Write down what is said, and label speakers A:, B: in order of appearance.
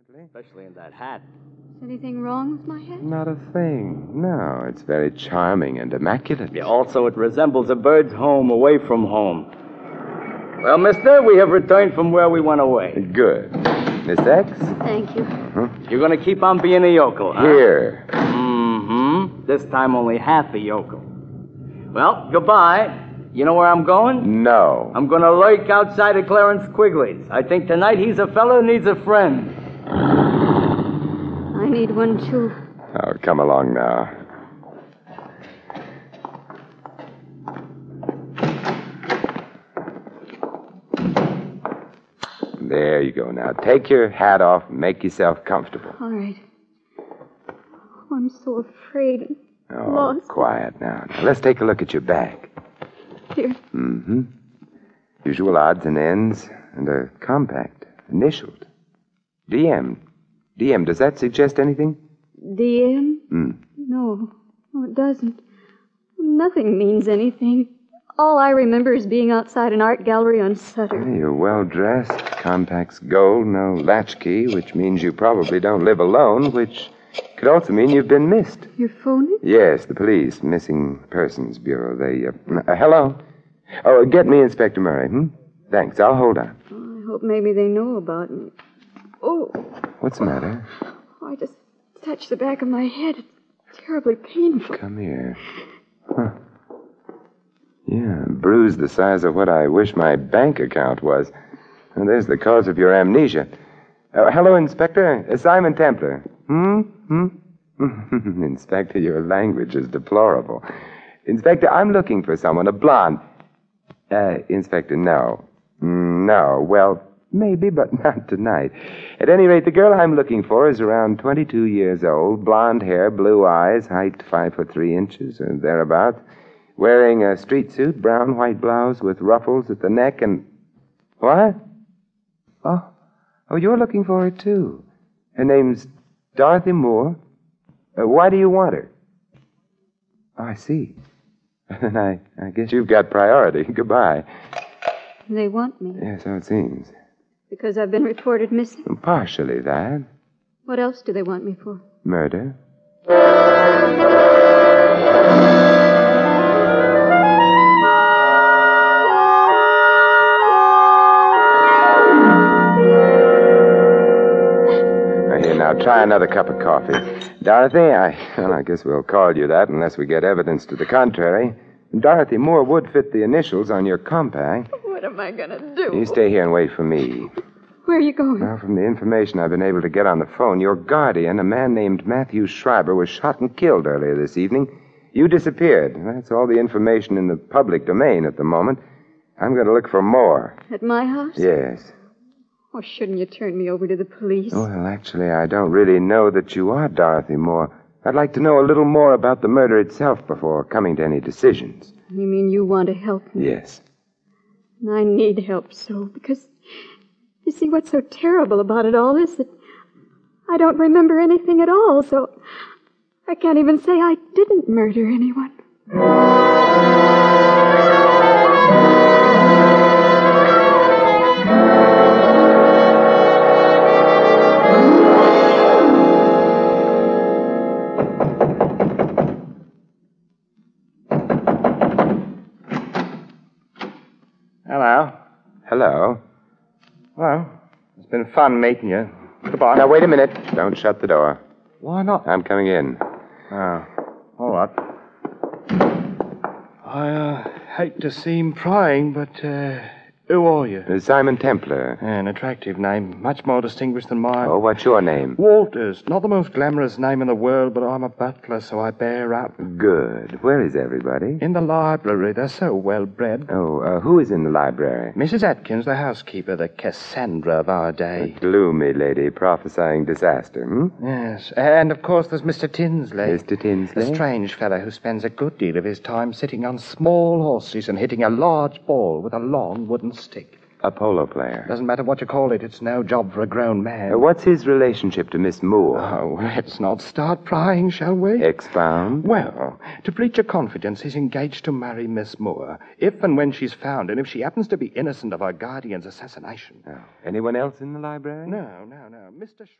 A: Exactly. Especially in that hat.
B: Is anything wrong with my head?
C: Not a thing. No, it's very charming and immaculate.
A: Yeah, also, it resembles a bird's home away from home. Well, mister, we have returned from where we went away.
C: Good. Miss X?
B: Thank you.
A: You're going to keep on being a yokel, huh?
C: Here.
A: Mm-hmm. This time only half a yokel. Well, goodbye. You know where I'm
C: Mm.
A: going?
C: No.
A: I'm going to lurk outside of Clarence Quigley's. I think tonight he's a fellow who needs a friend.
B: I need one, too.
C: Oh, come along now. There you go now. Take your hat off, make yourself comfortable.
B: All right. Oh, I'm so afraid and
C: Oh,
B: lost,
C: quiet now. Now, Let's take a look at your bag.
B: dear.
C: Mm-hmm. Usual odds and ends, and a compact, initialed. DM. DM, does that suggest anything?
B: DM? No. No, it doesn't. Nothing means anything. All I remember is being outside an art gallery on Sutter.
C: You're well dressed, compact's gold, no latchkey, which means you probably don't live alone, which could also mean you've been missed.
B: You're phoning?
C: Yes, the police, Missing Persons Bureau. They, uh, uh, hello? Oh, get me Inspector Murray, hmm? Thanks, I'll hold on.
B: I hope maybe they know about me. Oh,
C: What's the matter?
B: I just touched the back of my head. It's terribly painful.
C: Come here. Huh. Yeah, bruise the size of what I wish my bank account was. And there's the cause of your amnesia. Uh, hello, Inspector. Uh, Simon Templar. Hmm? Hmm? Inspector, your language is deplorable. Inspector, I'm looking for someone, a blonde. Uh, Inspector, no. Mm, No, well, maybe, but not tonight. At any rate, the girl I'm looking for is around 22 years old, blonde hair, blue eyes, height 5 foot 3 inches or thereabout, wearing a street suit, brown white blouse with ruffles at the neck and. What? Oh, oh, you're looking for her too. Her name's Dorothy Moore. Uh, why do you want her? Oh, I see. Then I, I guess you've got priority. Goodbye.
B: They want me
C: Yeah, so it seems.
B: because I've been reported missing.
C: Partially that.
B: What else do they want me for?
C: Murder. Now, Here, now, try another cup of coffee. Dorothy, I, well, I guess we'll call you that unless we get evidence to the contrary. Dorothy Moore would fit the initials on your compact.
B: What am I going to do?
C: You stay here and wait for me.
B: Where are you going?
C: Well, from the information I've been able to get on the phone, your guardian, a man named Matthew Schreiber, was shot and killed earlier this evening. You disappeared. That's all the information in the public domain at the moment. I'm going to look for more.
B: At my house?
C: Yes.
B: Or shouldn't you turn me over to the police?
C: Well, actually, I don't really know that you are Dorothy Moore. I'd like to know a little more about the murder itself before coming to any decisions.
B: You mean you want to help me?
C: Yes.
B: And I need help so because you see what's so terrible about it all is that I don't remember anything at all, so I can't even say I didn't murder anyone.
A: Hello.
C: Hello.
A: Well, it's been fun meeting you. Goodbye.
C: Now, wait a minute. Don't shut the door.
A: Why not?
C: I'm coming in.
A: Oh, all right. I uh, hate to seem prying, but uh, who are you?
C: Simon Templar.
A: An attractive name, much more distinguished than mine.
C: Oh, what's your name?
A: Walters, not the most glamorous name in the world, but I'm a butler, so I bear up.
C: Good. Where is everybody?
A: In the library, they're so well bred.
C: Oh, uh, who is in the library?
A: Mrs. Atkins, the housekeeper, the Cassandra of our
C: A
A: day.
C: gloomy lady prophesying disaster, hmm?
A: Yes, and of course there's Mr. Tinsley.
C: Mr. Tinsley?
A: A strange fellow who spends a good deal of his time sitting on small horses and hitting a large ball with a long wooden stick.
C: A polo player.
A: Doesn't matter what you call it, it's no job for a grown man.
C: Uh, what's his relationship to Miss Moore?
A: Oh, let's not start prying, shall we?
C: Eh. Expound?
A: Well, to breach a confidence, he's engaged to marry Miss Moore, if and when she's found, and if she happens to
C: Eh.
A: be innocent of her guardian's assassination.
C: Anyone else in the library?
A: No, no, no. Mr. Sh-